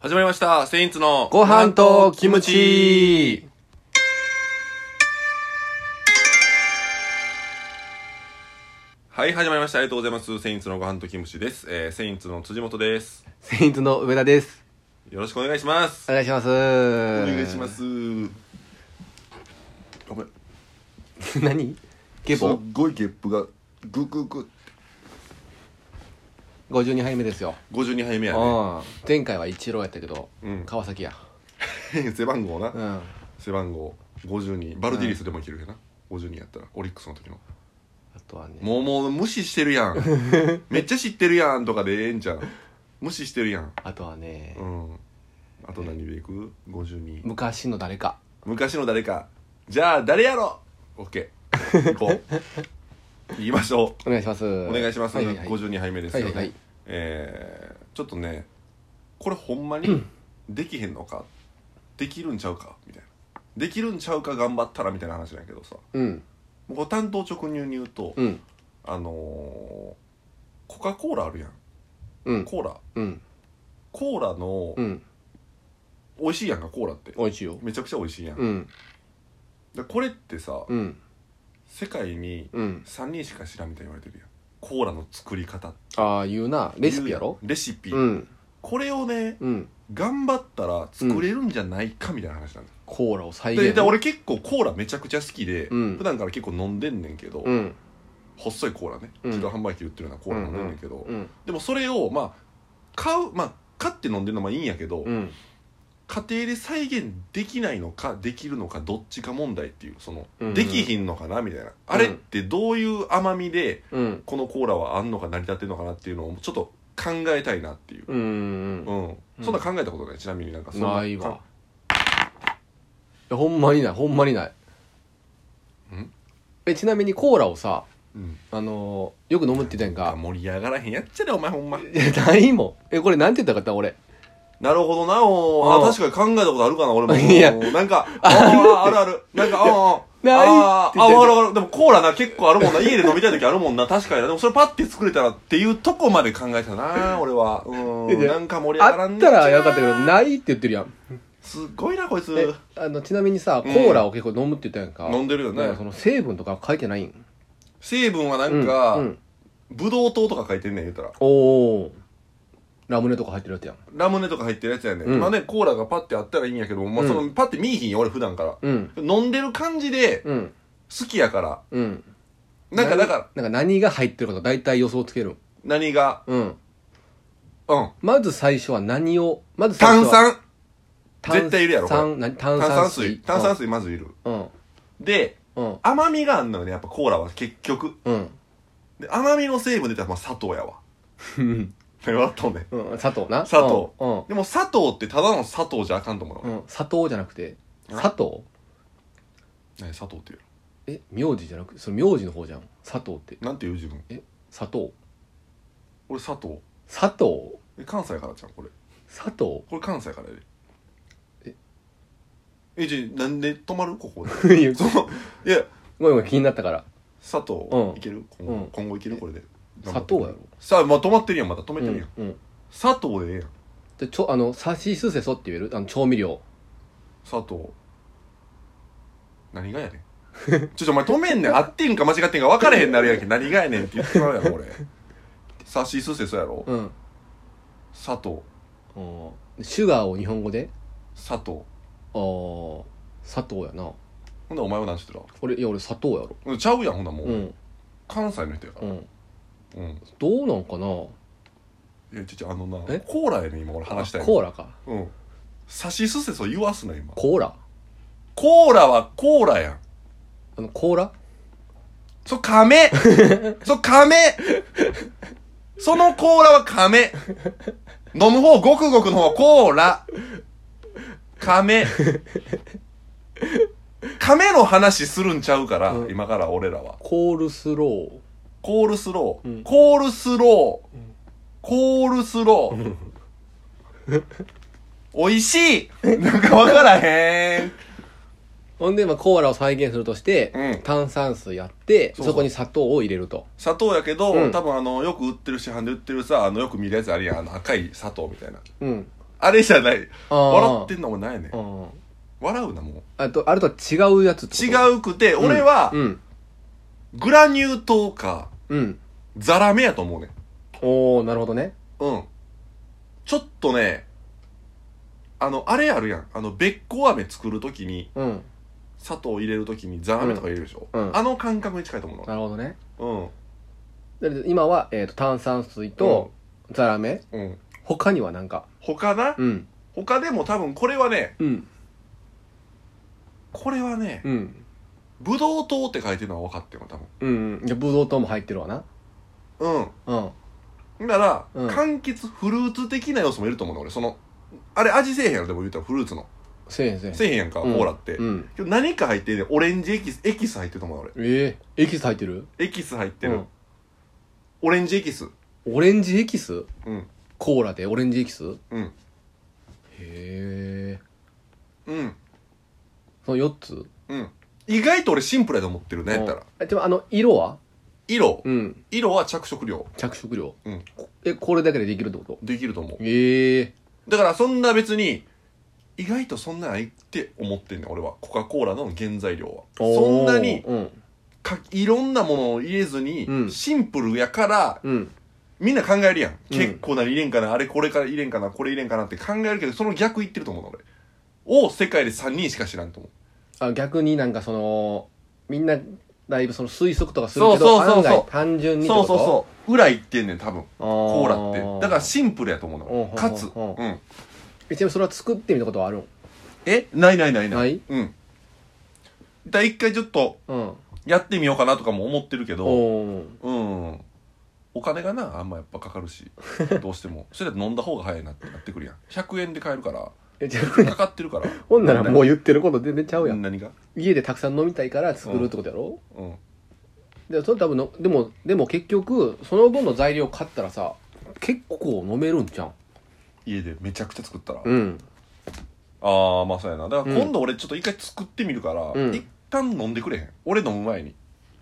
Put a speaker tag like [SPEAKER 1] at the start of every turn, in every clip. [SPEAKER 1] 始まりました。セインツの
[SPEAKER 2] ご飯とキム。チ
[SPEAKER 1] はい、始まりました。ありがとうございます。セインツのご飯とキムチです。えー、セインツの辻元です。
[SPEAKER 2] セインツの上田です。
[SPEAKER 1] よろしくお願いします。
[SPEAKER 2] お願いします。お
[SPEAKER 1] お
[SPEAKER 2] 願
[SPEAKER 1] 願いしま。す。ごめん。
[SPEAKER 2] 何ゲ
[SPEAKER 1] すっ
[SPEAKER 2] ボ
[SPEAKER 1] ごいゲップが、ぐぐぐ。
[SPEAKER 2] ?52 杯目ですよ。
[SPEAKER 1] 52杯目
[SPEAKER 2] う
[SPEAKER 1] やね。
[SPEAKER 2] ん。前回は一郎やったけど
[SPEAKER 1] うん、
[SPEAKER 2] 川崎や。
[SPEAKER 1] 背番号な。
[SPEAKER 2] うん。
[SPEAKER 1] 背番号52。バルディリスでもいけるよな。52やったら、オリックスの時の。
[SPEAKER 2] あとはね、
[SPEAKER 1] もうもう無視してるやん めっちゃ知ってるやんとかでええんじゃん無視してるやん
[SPEAKER 2] あとはね
[SPEAKER 1] う、んあと何でいく ?52
[SPEAKER 2] 昔の誰か。
[SPEAKER 1] 昔の誰かじゃあ誰やろ OK 行こ う言いましょ
[SPEAKER 2] お願いします。
[SPEAKER 1] う
[SPEAKER 2] お
[SPEAKER 1] お願いします、
[SPEAKER 2] はいはいはい。
[SPEAKER 1] 52杯目ですよね、
[SPEAKER 2] はいはいはい
[SPEAKER 1] えー、ちょっとねこれほんまにできへんのかできるんちゃうかみたいなできるんちゃうか頑張ったらみたいな話なんやけどさ
[SPEAKER 2] うん。
[SPEAKER 1] もう担当直入に言うと、
[SPEAKER 2] うん。
[SPEAKER 1] あのーコカ・コーラあるやん
[SPEAKER 2] うん。
[SPEAKER 1] コーラ
[SPEAKER 2] うん。
[SPEAKER 1] コーラの、
[SPEAKER 2] うん。
[SPEAKER 1] 美味しいやんかコーラって
[SPEAKER 2] 美味しいよ。
[SPEAKER 1] めちゃくちゃ美味しいやん、
[SPEAKER 2] うん。
[SPEAKER 1] でこれってさ、
[SPEAKER 2] うん。
[SPEAKER 1] 世界に
[SPEAKER 2] うん。
[SPEAKER 1] 3人しか知らんみたいに言われてるやんコーラの作り方
[SPEAKER 2] ああ、言うな。レシピやろ
[SPEAKER 1] レシピ、
[SPEAKER 2] うん。
[SPEAKER 1] これをね
[SPEAKER 2] うん。
[SPEAKER 1] 頑張ったら作れるんじゃないかみたいな話なんだ、
[SPEAKER 2] コーラを再
[SPEAKER 1] で
[SPEAKER 2] 現。
[SPEAKER 1] で俺結構コーラめちゃくちゃ好きで、
[SPEAKER 2] うん
[SPEAKER 1] 普段から結構飲んでんねんけど、
[SPEAKER 2] うん。
[SPEAKER 1] 細いコーラね
[SPEAKER 2] うん
[SPEAKER 1] 自動販売機で売ってるようなコーラ飲んでんねんけど、
[SPEAKER 2] うん。
[SPEAKER 1] でもそれをまあ買うまあ買って飲んでるのもいいんやけど、
[SPEAKER 2] うん。
[SPEAKER 1] 家庭で再現できないのかできるのかどっちか問題っていうその、
[SPEAKER 2] うん
[SPEAKER 1] できひんのかなみたいな、あれってどういう甘みで
[SPEAKER 2] うん。
[SPEAKER 1] このコーラはあんのか成り立ってんのかなっていうのをちょっと考えたいなっていう
[SPEAKER 2] うん。うん
[SPEAKER 1] う。ん、そんな考えたことないちなみになんかそんな
[SPEAKER 2] ないわいやほんまにないほんまにない
[SPEAKER 1] ん
[SPEAKER 2] えちなみにコーラをさ
[SPEAKER 1] うん、
[SPEAKER 2] あのーよく飲むって言ったやんか
[SPEAKER 1] 盛り上がらへんやっちゃれお前ほんま
[SPEAKER 2] いやないもんえこれなんて言ったかった俺
[SPEAKER 1] なるほどなおーあ
[SPEAKER 2] うん
[SPEAKER 1] 確かに考えたことあるかな俺も
[SPEAKER 2] いや
[SPEAKER 1] なんかあーあるあるなんかあー
[SPEAKER 2] ない
[SPEAKER 1] あーあー
[SPEAKER 2] って言ってる
[SPEAKER 1] わかるわかるでもコーラな結構あるもんな家で飲みたい時あるもんな確かになでもそれパッて作れたらっていうとこまで考えた な俺はう
[SPEAKER 2] いやい
[SPEAKER 1] ん
[SPEAKER 2] や
[SPEAKER 1] なんか盛り上がら
[SPEAKER 2] あ
[SPEAKER 1] ん
[SPEAKER 2] っ
[SPEAKER 1] ね
[SPEAKER 2] た
[SPEAKER 1] んな
[SPEAKER 2] らよかったけどないって言ってるやん
[SPEAKER 1] すごいなこい
[SPEAKER 2] え
[SPEAKER 1] つ
[SPEAKER 2] あのちなみにさ
[SPEAKER 1] う
[SPEAKER 2] コ
[SPEAKER 1] ん
[SPEAKER 2] ーラを結構飲むって言ったやんか
[SPEAKER 1] 飲んでるよ
[SPEAKER 2] なんかそ
[SPEAKER 1] ね
[SPEAKER 2] の成分とか書いてないん
[SPEAKER 1] 成分はなんか、
[SPEAKER 2] うんうん
[SPEAKER 1] ブドウ糖とか書いてんねん言うたら
[SPEAKER 2] おおラムネとか入ってるやつやん
[SPEAKER 1] ラムネとか入ってるやつやね、
[SPEAKER 2] うん
[SPEAKER 1] まあねコーラがパッてあったらいいんやけど、まあ、
[SPEAKER 2] うん
[SPEAKER 1] そのパッて見いひんよ俺普段から
[SPEAKER 2] うん
[SPEAKER 1] 飲んでる感じで
[SPEAKER 2] うん
[SPEAKER 1] 好きやから
[SPEAKER 2] うん
[SPEAKER 1] なんかだから
[SPEAKER 2] なんか何が入ってるかと大体予想つける
[SPEAKER 1] 何が
[SPEAKER 2] うん
[SPEAKER 1] うん
[SPEAKER 2] まず最初は何をまず最初
[SPEAKER 1] 炭
[SPEAKER 2] は
[SPEAKER 1] 酸
[SPEAKER 2] 炭
[SPEAKER 1] 絶対いるやろこれ
[SPEAKER 2] 炭何炭
[SPEAKER 1] 炭
[SPEAKER 2] 酸
[SPEAKER 1] 酸
[SPEAKER 2] 水
[SPEAKER 1] 水炭酸水まずいる
[SPEAKER 2] うん
[SPEAKER 1] で
[SPEAKER 2] うん
[SPEAKER 1] 甘みがあんのよねやっぱコーラは結局
[SPEAKER 2] うん
[SPEAKER 1] で甘みの成分で言ったらまあ砂糖やわ
[SPEAKER 2] うん
[SPEAKER 1] 笑っとんねん
[SPEAKER 2] うん砂糖 な
[SPEAKER 1] 砂糖
[SPEAKER 2] うんうん
[SPEAKER 1] でも砂糖ってただの砂糖じゃあかんと思う
[SPEAKER 2] う
[SPEAKER 1] の、
[SPEAKER 2] ん砂糖じゃなくて
[SPEAKER 1] あ
[SPEAKER 2] 砂糖
[SPEAKER 1] 何砂糖って言う
[SPEAKER 2] え名字じゃなくてその名字の方じゃん砂糖って
[SPEAKER 1] のなんて言う自分
[SPEAKER 2] 砂糖
[SPEAKER 1] 俺砂糖
[SPEAKER 2] 砂糖
[SPEAKER 1] え関西からじゃんこれ
[SPEAKER 2] 砂糖
[SPEAKER 1] これ関西からやで
[SPEAKER 2] え
[SPEAKER 1] えじゃあなんで止まるこ こで
[SPEAKER 2] いや
[SPEAKER 1] そういや
[SPEAKER 2] ごめんごめん気になったから
[SPEAKER 1] 砂糖、
[SPEAKER 2] うん
[SPEAKER 1] いける今後,、
[SPEAKER 2] うん
[SPEAKER 1] 今後いけるこれで
[SPEAKER 2] 砂糖やろ
[SPEAKER 1] さあ、まあ、止まってるやんまた止め
[SPEAKER 2] う
[SPEAKER 1] て
[SPEAKER 2] ん
[SPEAKER 1] るやん、
[SPEAKER 2] うん
[SPEAKER 1] 砂糖でええやん
[SPEAKER 2] でちょあのさしすせそって言えるあの調味料
[SPEAKER 1] 佐藤何がやねん ちょっとお前止めんねん合ってんか間違ってんか分かれへんなるやんけ何がやねんって言ってまうやん俺さしすせそやろ
[SPEAKER 2] うん
[SPEAKER 1] 佐藤
[SPEAKER 2] うんシュガーを日本語で
[SPEAKER 1] 佐藤
[SPEAKER 2] あー砂糖やな
[SPEAKER 1] ほんならお前は何してた
[SPEAKER 2] 俺いや俺砂糖やろ
[SPEAKER 1] うんちゃうやんほんならもう、
[SPEAKER 2] うん
[SPEAKER 1] 関西の人やか
[SPEAKER 2] う
[SPEAKER 1] ら
[SPEAKER 2] ん
[SPEAKER 1] うん、
[SPEAKER 2] どうなんかない
[SPEAKER 1] やちょちょあのな
[SPEAKER 2] え
[SPEAKER 1] コーラやねん今俺話したい
[SPEAKER 2] あ
[SPEAKER 1] の
[SPEAKER 2] コーラか
[SPEAKER 1] うんさしすせそ言わすな今
[SPEAKER 2] コーラ
[SPEAKER 1] コーラはコーラやん
[SPEAKER 2] あのコーラ
[SPEAKER 1] そ 亀そ亀そのコーラは亀飲む方ごくごくの方コーラ亀亀の話するんちゃうから、
[SPEAKER 2] うん
[SPEAKER 1] 今から俺らは
[SPEAKER 2] コールスロー
[SPEAKER 1] コールスロー、
[SPEAKER 2] うん
[SPEAKER 1] コールスロー、
[SPEAKER 2] ん
[SPEAKER 1] コールスロー、美味しいなんかわからへん
[SPEAKER 2] ほんで、まあ、コーラを再現するとして、
[SPEAKER 1] うん
[SPEAKER 2] 炭酸水やって
[SPEAKER 1] そ
[SPEAKER 2] そう
[SPEAKER 1] そう
[SPEAKER 2] こに砂糖を入れると
[SPEAKER 1] 砂糖やけど、
[SPEAKER 2] うん
[SPEAKER 1] 多分あのよく売ってる市販で売ってるさあのよく見るやつあるやんあの赤い砂糖みたいな
[SPEAKER 2] うん
[SPEAKER 1] ああれじゃない。
[SPEAKER 2] あー
[SPEAKER 1] 笑ってんのもないねん
[SPEAKER 2] う。ん
[SPEAKER 1] 笑うな、も
[SPEAKER 2] あとあれとは違うやつ
[SPEAKER 1] う。違
[SPEAKER 2] う
[SPEAKER 1] うくて、俺は
[SPEAKER 2] う、ん
[SPEAKER 1] グラニュー糖か、
[SPEAKER 2] うん
[SPEAKER 1] ザラメやと思うねん。
[SPEAKER 2] おおなるほどね
[SPEAKER 1] うん。ちょっとね、あの、あれあるやん。あの、べっこう飴作るときに、
[SPEAKER 2] うん
[SPEAKER 1] 砂糖入れるときにザラメとか入れるでしょ、
[SPEAKER 2] うんうん
[SPEAKER 1] あの感覚に近いと思う
[SPEAKER 2] なるほどね
[SPEAKER 1] の。
[SPEAKER 2] だって今は、えー、と炭酸水とザラメ
[SPEAKER 1] うん。うん。
[SPEAKER 2] 他にはなんか
[SPEAKER 1] 他な、
[SPEAKER 2] うん
[SPEAKER 1] 他でも多分これはね、
[SPEAKER 2] うん
[SPEAKER 1] これはね、
[SPEAKER 2] うん
[SPEAKER 1] ブドウ糖って書いてるのは分かってるの、多
[SPEAKER 2] うんうんブドウ糖も入ってるわな
[SPEAKER 1] 分。うん。
[SPEAKER 2] うん
[SPEAKER 1] だから、
[SPEAKER 2] うん
[SPEAKER 1] 柑橘フルーツ的な要素もいると思うの俺そのあれ味せえへんやろでも言うたらフルーツの
[SPEAKER 2] せえへんせえへん
[SPEAKER 1] せえへんやんか、
[SPEAKER 2] うん
[SPEAKER 1] コーラって、
[SPEAKER 2] うん
[SPEAKER 1] けど何か入ってんねんオレンジエキスエキス入ってると思うの
[SPEAKER 2] ええエキス入ってる
[SPEAKER 1] 俺エキス入ってる、
[SPEAKER 2] うん
[SPEAKER 1] オレンジエキス
[SPEAKER 2] オレンジエキス
[SPEAKER 1] うん
[SPEAKER 2] コーラでオレンジエキスへ
[SPEAKER 1] うん
[SPEAKER 2] え
[SPEAKER 1] うん
[SPEAKER 2] その4つ
[SPEAKER 1] うん意外と俺シンプルやと思ってるねやったら
[SPEAKER 2] うんでもあの色は
[SPEAKER 1] 色
[SPEAKER 2] うん
[SPEAKER 1] 色は着色料
[SPEAKER 2] 着色料
[SPEAKER 1] うん
[SPEAKER 2] こえこれだけでできるってこと
[SPEAKER 1] できると思う
[SPEAKER 2] ええ
[SPEAKER 1] だからそんな別に意外とそんなんないって思ってんねん俺はコカ・コーラの原材料はそんなに
[SPEAKER 2] うん
[SPEAKER 1] かいろんなものを入れずに、
[SPEAKER 2] うん
[SPEAKER 1] シンプルやから
[SPEAKER 2] うん
[SPEAKER 1] みんな考えるやん。
[SPEAKER 2] うん
[SPEAKER 1] 結構な入れんかな、あれこれから入れんかな、これ入れんかなって考えるけど、その逆言ってると思うの、俺。を世界で3人しか知らんと思う。
[SPEAKER 2] あ逆になんかそのみんなだいぶその推測とかする
[SPEAKER 1] そう
[SPEAKER 2] け
[SPEAKER 1] そ
[SPEAKER 2] ど
[SPEAKER 1] うそう
[SPEAKER 2] 案
[SPEAKER 1] そう
[SPEAKER 2] 外単純にって
[SPEAKER 1] そ
[SPEAKER 2] こ
[SPEAKER 1] う
[SPEAKER 2] と
[SPEAKER 1] そうそう。裏言ってんねん、多分。
[SPEAKER 2] うコ
[SPEAKER 1] コーラって。だからシンプルやと思うの、
[SPEAKER 2] うん
[SPEAKER 1] 俺。かつ。
[SPEAKER 2] う
[SPEAKER 1] うんん。
[SPEAKER 2] らちなみにそれは作ってみたことはあるん
[SPEAKER 1] えないないないない。
[SPEAKER 2] ない
[SPEAKER 1] うん。だ一回ちょっと
[SPEAKER 2] うん
[SPEAKER 1] やってみようかなとかも思ってるけ
[SPEAKER 2] お
[SPEAKER 1] ど、
[SPEAKER 2] ー
[SPEAKER 1] うん。お金がな、あんまやっぱかかる し、どうしても。それだと飲んだ方が早いなってなってくるやん。100円で買えるから、
[SPEAKER 2] えちゃうやん
[SPEAKER 1] かかってるから。
[SPEAKER 2] ほんならもう言ってること全然ちゃうやん
[SPEAKER 1] 何が
[SPEAKER 2] 家でたくさん飲みたいから作るってことやろ、
[SPEAKER 1] うん。
[SPEAKER 2] でそれ多分のでもでも結局その分の材料買ったらさ結構飲めるんじゃん
[SPEAKER 1] 家でめちゃくちゃ作ったら。
[SPEAKER 2] うん
[SPEAKER 1] ああまあそうやなだから今度俺ちょっと一回作ってみるから、
[SPEAKER 2] うん
[SPEAKER 1] 一旦飲んでくれへん俺飲む前に
[SPEAKER 2] い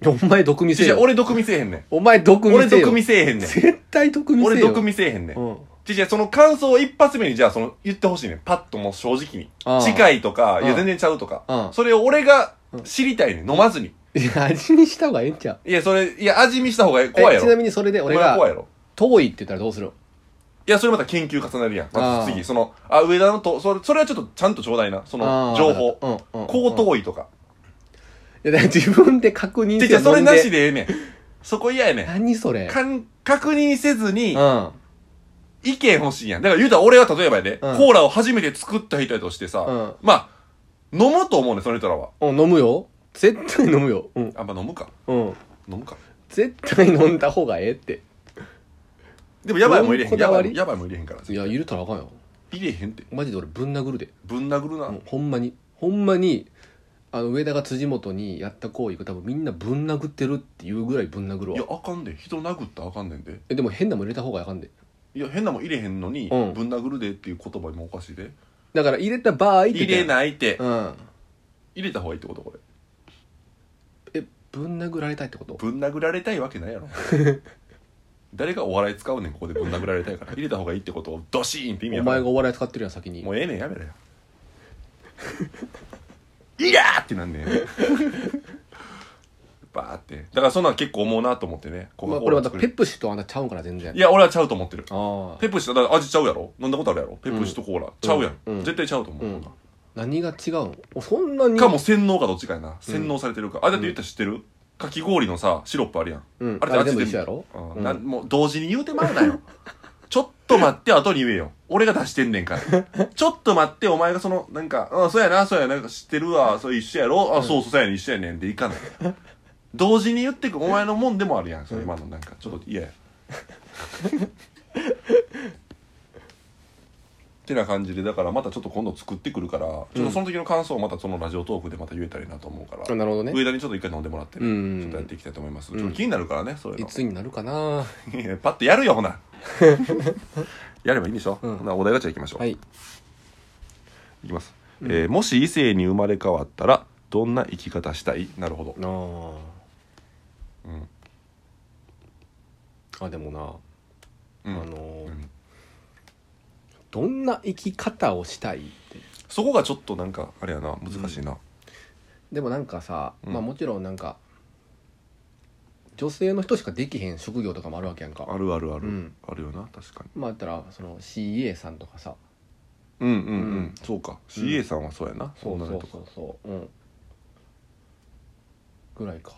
[SPEAKER 2] やお前毒味
[SPEAKER 1] 違
[SPEAKER 2] せ
[SPEAKER 1] う違
[SPEAKER 2] え
[SPEAKER 1] う
[SPEAKER 2] よ
[SPEAKER 1] 俺毒見せえへんね
[SPEAKER 2] お前毒
[SPEAKER 1] ん
[SPEAKER 2] 味
[SPEAKER 1] 俺
[SPEAKER 2] せえよ
[SPEAKER 1] 毒見せえへんねん
[SPEAKER 2] 絶対毒味せえよ
[SPEAKER 1] 俺毒見せえへんねん
[SPEAKER 2] うん
[SPEAKER 1] 違う違うその感想を一発目にじゃあその言ってほしいねんパッともう正直に
[SPEAKER 2] ああ
[SPEAKER 1] 近いとか
[SPEAKER 2] ああ
[SPEAKER 1] いや全然ちゃうと
[SPEAKER 2] あ
[SPEAKER 1] か
[SPEAKER 2] あ
[SPEAKER 1] それを俺が知りたいねん飲まずに
[SPEAKER 2] いや味見した方がええんちゃう
[SPEAKER 1] いやそれいや味見した方が怖い
[SPEAKER 2] え
[SPEAKER 1] や
[SPEAKER 2] ちな
[SPEAKER 1] ろ
[SPEAKER 2] みにそれで
[SPEAKER 1] 俺
[SPEAKER 2] 俺
[SPEAKER 1] が怖い
[SPEAKER 2] が
[SPEAKER 1] やろ
[SPEAKER 2] 遠いって言ったらどうする
[SPEAKER 1] いやそれまた研究重なるやん
[SPEAKER 2] あ
[SPEAKER 1] ま
[SPEAKER 2] あ
[SPEAKER 1] ず次そのあ上田のとそれそれはちょっとちゃんとちょうだいなその情報
[SPEAKER 2] うんうんうん
[SPEAKER 1] 高
[SPEAKER 2] い
[SPEAKER 1] 等位とか
[SPEAKER 2] やだから自分で確認
[SPEAKER 1] 違う
[SPEAKER 2] し
[SPEAKER 1] 違
[SPEAKER 2] て
[SPEAKER 1] うそれなし
[SPEAKER 2] で
[SPEAKER 1] でええねんそこ嫌やねん
[SPEAKER 2] 何それ
[SPEAKER 1] かん確認せず
[SPEAKER 2] う
[SPEAKER 1] に
[SPEAKER 2] ん、うん
[SPEAKER 1] 意見欲しいやん。だから言うたら俺は例えばやで、
[SPEAKER 2] うん
[SPEAKER 1] コーラを初めて作った人やとしてさ、
[SPEAKER 2] うん
[SPEAKER 1] まあ、飲むと思うねんその人らは。
[SPEAKER 2] 飲むよ絶対飲むようん
[SPEAKER 1] あ、まあ飲むか。
[SPEAKER 2] うん
[SPEAKER 1] 飲むか。
[SPEAKER 2] 絶対飲んだ方がええって
[SPEAKER 1] でもやばいも入れへん。
[SPEAKER 2] どういう
[SPEAKER 1] や
[SPEAKER 2] こだ
[SPEAKER 1] ば
[SPEAKER 2] わ
[SPEAKER 1] いも
[SPEAKER 2] り
[SPEAKER 1] やばいも入れへんから。
[SPEAKER 2] いや入れたらあかんよ
[SPEAKER 1] 入れへんって。
[SPEAKER 2] マジで俺ぶん殴るで
[SPEAKER 1] ぶん殴るな。
[SPEAKER 2] もうほんまにほんまにあの上田が辻元にやった行為が多分みんなぶん殴ってるっていうぐらいぶん殴る
[SPEAKER 1] いや
[SPEAKER 2] わ、
[SPEAKER 1] あかんで。人殴ったらあかんねんで。
[SPEAKER 2] えでも変なもん入れた方があかんで
[SPEAKER 1] いや、変なもん入れへんのに、
[SPEAKER 2] うん
[SPEAKER 1] ぶん殴るでっていう言葉もおかしいで。
[SPEAKER 2] だから入れた場合って
[SPEAKER 1] 入れ
[SPEAKER 2] い
[SPEAKER 1] ないって。
[SPEAKER 2] うん
[SPEAKER 1] 入れた方がいいってことこれ。
[SPEAKER 2] えぶん殴られたいってこと
[SPEAKER 1] ぶん殴られたいわけない やろ。誰がお笑い使うねん、ここでぶん殴られたいから。入れた方がいいってことをドシーンって意味
[SPEAKER 2] お
[SPEAKER 1] やから
[SPEAKER 2] 前がお笑い使ってるやん先に
[SPEAKER 1] もうええねんやめろよ いやーってなん ねんバーってだからそんなん結構思うなと思ってねコ
[SPEAKER 2] ま
[SPEAKER 1] カ
[SPEAKER 2] あ、
[SPEAKER 1] コ
[SPEAKER 2] こ
[SPEAKER 1] ー
[SPEAKER 2] れ
[SPEAKER 1] ラ
[SPEAKER 2] また
[SPEAKER 1] 作
[SPEAKER 2] ペ
[SPEAKER 1] る
[SPEAKER 2] プシとあんたちゃうんから全然
[SPEAKER 1] いや俺はちゃうと思ってる
[SPEAKER 2] ああ
[SPEAKER 1] ペプシだから味ちゃうやろ飲んだことあるやろペプシとコーラ、ちゃうやん、
[SPEAKER 2] うん
[SPEAKER 1] 絶対ちゃうと思う、
[SPEAKER 2] うん何が違うのおそんなに
[SPEAKER 1] かも洗脳かどっちかやな洗脳されてるか、あだって言ったら知ってるかき氷のさシロップあるやん、
[SPEAKER 2] うん
[SPEAKER 1] あれって
[SPEAKER 2] あれ全部
[SPEAKER 1] 味
[SPEAKER 2] 一緒やろ
[SPEAKER 1] うん
[SPEAKER 2] うん
[SPEAKER 1] なんもう同時に言うてまうなよ ちょっと待って後に言えよ俺が出してんねんから ちょっと待ってお前がそのなんか「うんそうやなそうやななんか知ってるわそれ一緒やろあ、そうそうそうやねん一緒やねん」でいかない同時に言ってくお前のもんでもあるやんそれ今のなんかちょっと嫌 やってな感じでだからまたちょっと今度作ってくるから、ちょっとその時の感想をまたそのラジオトークでまた言えたらいいなと思うから
[SPEAKER 2] あなるほどね
[SPEAKER 1] 上田にちょっと一回飲んでもらってね、
[SPEAKER 2] うん
[SPEAKER 1] ちょっとやっていきたいと思います、
[SPEAKER 2] ん
[SPEAKER 1] ちょっと気になるからねそういう
[SPEAKER 2] い
[SPEAKER 1] の
[SPEAKER 2] つになるかな
[SPEAKER 1] いやパッとやるよほ なやればいいんでしょ、
[SPEAKER 2] うん
[SPEAKER 1] ほなお題ガチャいきましょう、、
[SPEAKER 2] はいい
[SPEAKER 1] きます、えーもし異性に生まれ変わったらどんな生き方したいなるほど
[SPEAKER 2] なあ
[SPEAKER 1] うん
[SPEAKER 2] あでもな、
[SPEAKER 1] うん
[SPEAKER 2] あのー
[SPEAKER 1] うん
[SPEAKER 2] どんな生き方をしたいって
[SPEAKER 1] そこがちょっとなんかあれやな難しいな、
[SPEAKER 2] でもなんかさ、
[SPEAKER 1] うん
[SPEAKER 2] まあもちろんなんか女性の人しかできへん職業とかもあるわけやんか
[SPEAKER 1] あるあるある、
[SPEAKER 2] うん
[SPEAKER 1] あるよな確かに
[SPEAKER 2] まあだったらその CA さんとかさ
[SPEAKER 1] うんうんうん、
[SPEAKER 2] うん
[SPEAKER 1] そうか CA さんはそうやな、
[SPEAKER 2] そうそう
[SPEAKER 1] 女の
[SPEAKER 2] そ
[SPEAKER 1] 人
[SPEAKER 2] うそううんぐらいか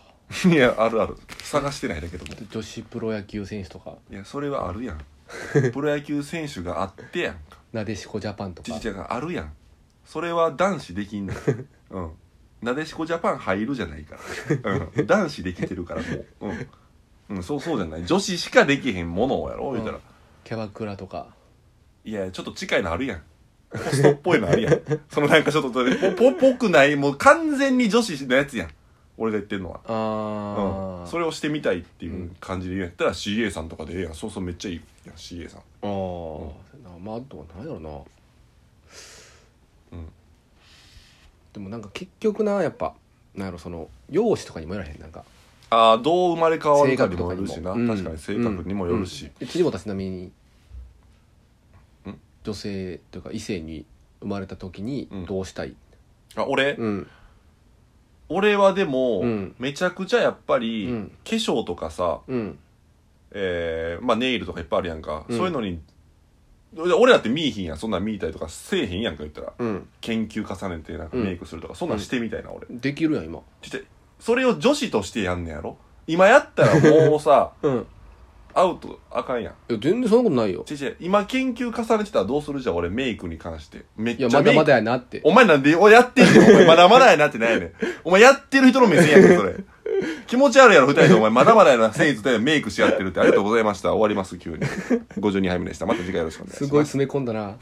[SPEAKER 1] いやあるある探してないだけども
[SPEAKER 2] 女子プロ野球選手とか
[SPEAKER 1] いやそれはある やんプロ野球選手があってやんか
[SPEAKER 2] なでしこジャパンと
[SPEAKER 1] ち
[SPEAKER 2] か
[SPEAKER 1] ちゃんがあるやんそれは男子できん のようんなでしこジャパン入るじゃないから、うん、男子できてるからもううん、うん、そうそうじゃない女子しかできへんものをやろ言うたら、
[SPEAKER 2] うんキャバクラとか
[SPEAKER 1] いやちょっと近いのあるやんホストっぽいのあるやんそのなんかちょっとぽぽぽくないもう完全に女子のやつやん俺が言ってんのはう
[SPEAKER 2] あ
[SPEAKER 1] ん、
[SPEAKER 2] ー
[SPEAKER 1] それをしてみたいっていう感じで言うんやったら CA さんとかでええやんそうそうめっちゃいいやん CA さん
[SPEAKER 2] あーまああとは何やろな
[SPEAKER 1] うん
[SPEAKER 2] でもなんか結局なやっぱなんやろその容姿とかにもよらへんなんか
[SPEAKER 1] ああどう生まれ変わる
[SPEAKER 2] 性
[SPEAKER 1] かに
[SPEAKER 2] 格と
[SPEAKER 1] も
[SPEAKER 2] か
[SPEAKER 1] よ
[SPEAKER 2] に
[SPEAKER 1] る
[SPEAKER 2] も
[SPEAKER 1] しな、
[SPEAKER 2] うん
[SPEAKER 1] 確かに性格にもよるし、
[SPEAKER 2] うんうん辻本はちなみに
[SPEAKER 1] ん
[SPEAKER 2] 女性というか異性に生まれた時に
[SPEAKER 1] うん
[SPEAKER 2] どうしたい
[SPEAKER 1] あ俺、
[SPEAKER 2] うん
[SPEAKER 1] 俺はでも、
[SPEAKER 2] うん
[SPEAKER 1] めちゃくちゃやっぱり、
[SPEAKER 2] うん
[SPEAKER 1] 化粧とかさ、
[SPEAKER 2] うん
[SPEAKER 1] えーまあ、ネイルとかいっぱいあるやんか、
[SPEAKER 2] うん
[SPEAKER 1] そういうのに俺だって見いひんやんそんなん見たりとかせえへんやんか言ったら
[SPEAKER 2] うん
[SPEAKER 1] 研究重ねてなんかメイクするとか、そんなんしてみたいな俺
[SPEAKER 2] できるやん今
[SPEAKER 1] ちょっとそれを女子としてやんねやろ今やったらもうさ
[SPEAKER 2] うん
[SPEAKER 1] アウトあかんやん
[SPEAKER 2] いや全然そんなことないよ
[SPEAKER 1] ちいちゃい今研究重ねてたらどうするじゃあ俺メイクに関してめっ
[SPEAKER 2] い
[SPEAKER 1] ちゃ
[SPEAKER 2] やま
[SPEAKER 1] メイ
[SPEAKER 2] だ
[SPEAKER 1] ク
[SPEAKER 2] まだやなって
[SPEAKER 1] お前なんで、おやってんねん。お前まだまだやなってないね ん。お前やってる人の目線やねん、それ。気持ち悪いやろ、二人で。お前まだまだやな、センスでメイクし合ってるって。ありがとうございました。終わります、急に。52杯目でした。また次回よろしくお願いします。
[SPEAKER 2] すごい詰め込んだな